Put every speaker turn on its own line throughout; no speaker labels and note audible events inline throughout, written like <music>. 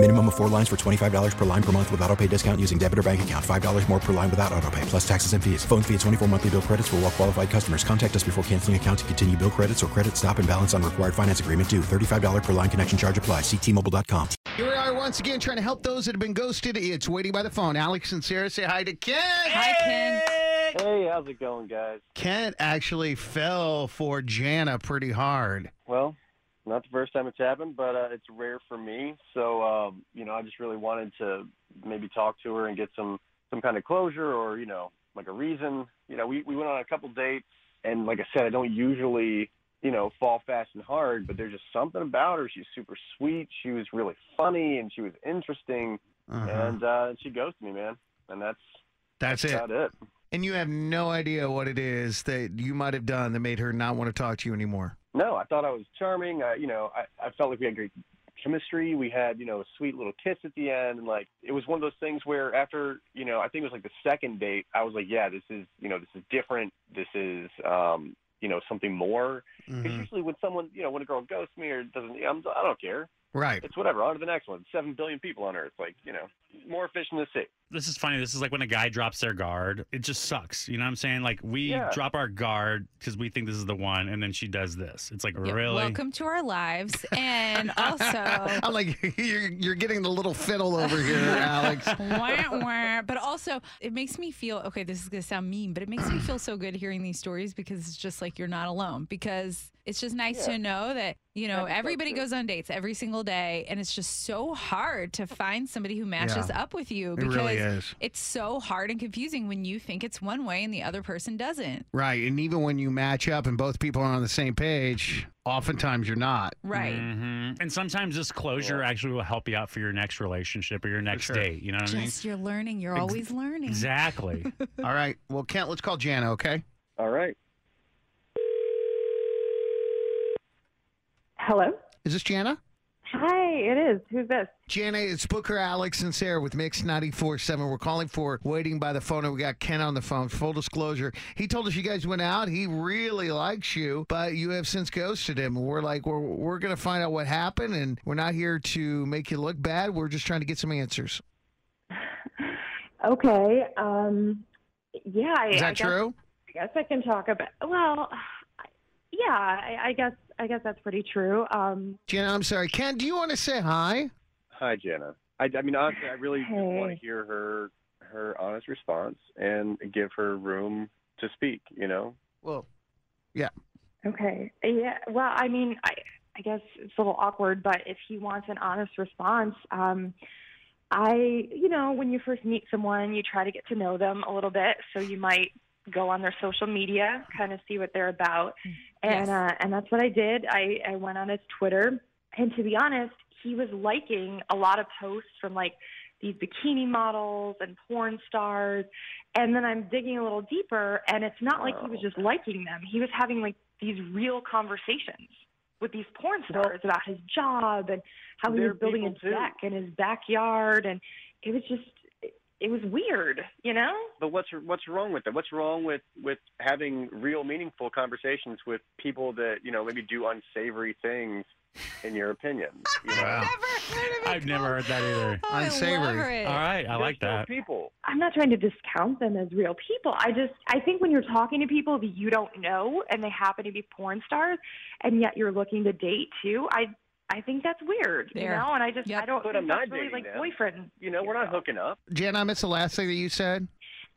Minimum of four lines for $25 per line per month with auto pay discount using debit or bank account. $5 more per line without auto pay, plus taxes and fees. Phone fee at 24 monthly bill credits for all well qualified customers. Contact us before canceling account to continue bill credits or credit stop and balance on required finance agreement due. $35 per line connection charge apply. Ctmobile.com.
Here we are once again trying to help those that have been ghosted. It's waiting by the phone. Alex and Sarah say hi to Ken.
Hi, Ken.
Hey, how's it going, guys?
Ken actually fell for Jana pretty hard.
Well, not the first time it's happened, but uh, it's rare for me. So, um, you know, I just really wanted to maybe talk to her and get some some kind of closure or you know like a reason. You know, we we went on a couple dates, and like I said, I don't usually you know fall fast and hard, but there's just something about her. She's super sweet. She was really funny, and she was interesting,
Uh-huh.
and uh, she ghosted me, man. And that's
That's it.
about it.
And you have no idea what it is that you might have done that made her not want to talk to you anymore.
No, I thought I was charming. I, you know, I, I felt like we had great chemistry. We had, you know, a sweet little kiss at the end, and like it was one of those things where after, you know, I think it was like the second date, I was like, yeah, this is, you know, this is different. This is, um, you know, something more. 'Cause
Mhm.
usually when someone, you know, when a girl ghosts me or doesn't, I'm, I don't care.
Right.
It's whatever. On to the next one. Seven billion people on Earth, like, you know, more fish in the sea.
This is funny. This is like when a guy drops their guard. It just sucks. You know what I'm saying? Like we
Yeah.
drop our guard because we think this is the one, and then she does this. It's like
Yeah,
really.
Welcome to our lives. And also,
<laughs> I'm like, you're, you're getting the little fiddle over here, Alex.
wah, wah. but also, it makes me feel okay, this is going to sound mean, but it makes me feel so good hearing these stories because it's just like you're not alone. Because it's just nice
Yeah.
to know that, you know,
That's so
everybody
true.
goes on dates every single day. And it's just so hard to find somebody who matches up with you
It
because
really is.
it's so hard and confusing when you think it's one way and the other person doesn't.
Right. And even when you match up and both people are on the same page, oftentimes you're not.
Right.
Mhm. And sometimes this closure actually will help you out for your next relationship or your next
sure.
date. You know what I mean?
Just you're learning. You're
Ex-
always learning.
Exactly.
All right. Well, Kent, let's call Jana, okay?
All right.
Hello.
Is this Jana?
Hi, it is. Who's this?
Jana, it's Booker, Alex, and Sarah with Mix 94.7. We're calling for Waiting by the Phone, and we got Ken on the phone. Full disclosure, he told us you guys went out. He really likes you, but you have since ghosted him. We're like, we're, we're going to find out what happened, and we're not here to make you look bad. We're just trying to get some answers.
Okay. Um, yeah. I,
Is
I
that
guess,
true?
I guess I can talk about. Well, I- yeah. I, I guess. I guess that's pretty true. Um,
Jana, I'm sorry. Ken, do you want to say hi?
Hi, Jana. I, I mean, honestly, I really just want to
Hey.
hear her her honest response and give her room to speak. You know,
Well,
okay. Yeah. Well, I mean, I, I guess it's a little awkward, but if he wants an honest response, um, I, you know, when you first meet someone, you try to get to know them a little bit, so you might go on their social media, kind of see what they're about. and
Yes.
uh, and that's what I did. I, I went on his Twitter, and to be honest, he was liking a lot of posts from like these bikini models and porn stars. And then I'm digging a little deeper, and it's not like he was
Wow.
just liking them. He was having like these real conversations with these porn stars about his job and how he
They're
was building
people,
his
too.
deck in his backyard, and it was just it, it was weird, you know.
but what's what's wrong with that? What's wrong with with having real, meaningful conversations with people that you know maybe do unsavory things? In your opinion, you know?
Wow.
I've never heard that either.
Oh, I love
Unsavory.
it.
All right, I
They're
like
still
that.
People.
I'm not trying to discount them as real people. I just I think when you're talking to people that you don't know and they happen to be porn stars and yet you're looking to date too, I I think that's weird. You
There.
know, and I just
Yep.
I don't
But
think
I'm
that's
not
really
dating
like
them.
boyfriend.
You know, we're not hooking up.
Jana, I missed the last thing that you said.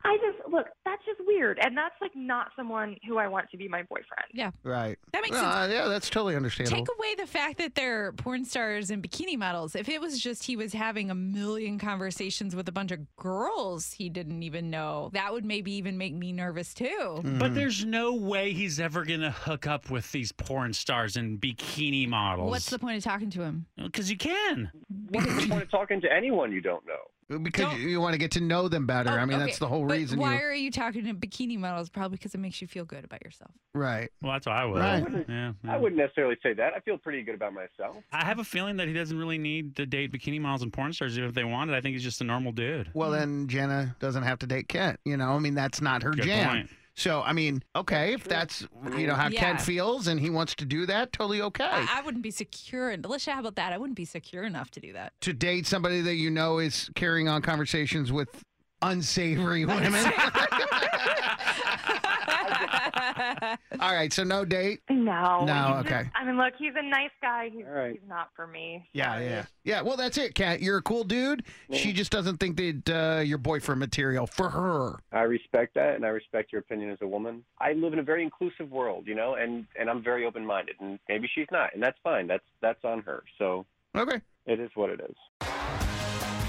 I just look, that's just weird. And that's like not someone who I want to be my boyfriend.
Right.
That makes
No,
sense.
uh, yeah, that's totally understandable.
Take away the fact that they're porn stars and bikini models. If it was just he was having a million conversations with a bunch of girls he didn't even know, that would maybe even make me nervous too.
Mm-hmm.
But there's no way he's ever gonna hook up with these porn stars and bikini models.
What's the point of talking to him?
Because you can.
What's the point of talking to anyone you don't know?
because
Don't-
you, want to get to know them better.
Oh,
I mean,
okay.
that's the whole
But
reason.
Why
you,
are you talking to bikini models? Probably because it makes you feel good about yourself.
right.
Well, that's what I would.
Right.
Yeah, yeah.
I wouldn't necessarily say that. I feel pretty good about myself.
I have a feeling that he doesn't really need to date bikini models and porn stars even if they wanted. I think he's just a normal dude.
Hmm.
Well, then Jenna doesn't have to date Kent. You know, I mean, that's not her
Good
jam.
point.
So, I mean, okay, if that's you know how
Yeah.
Kent feels and he wants to do that, totally okay.
I, I wouldn't be secure. And Alicia, how about that? I wouldn't be secure enough to do
<laughs>
that.
to date somebody that you know is carrying on conversations with
<laughs>
unsavory women. All right, so no date.
No.
No,
he's just-
okay.
I mean, look, he's a nice guy. He's,
All right.
he's not for me.
Yeah, yeah, yeah. Well, that's it, Kat. You're a cool dude. She just doesn't think that uh, you're boyfriend material for her.
I respect that, and I respect your opinion as a woman. I live in a very inclusive world, you know, and and I'm very open minded, and maybe she's not, and that's fine. That's that's on her. So
Okay.
it is what it is.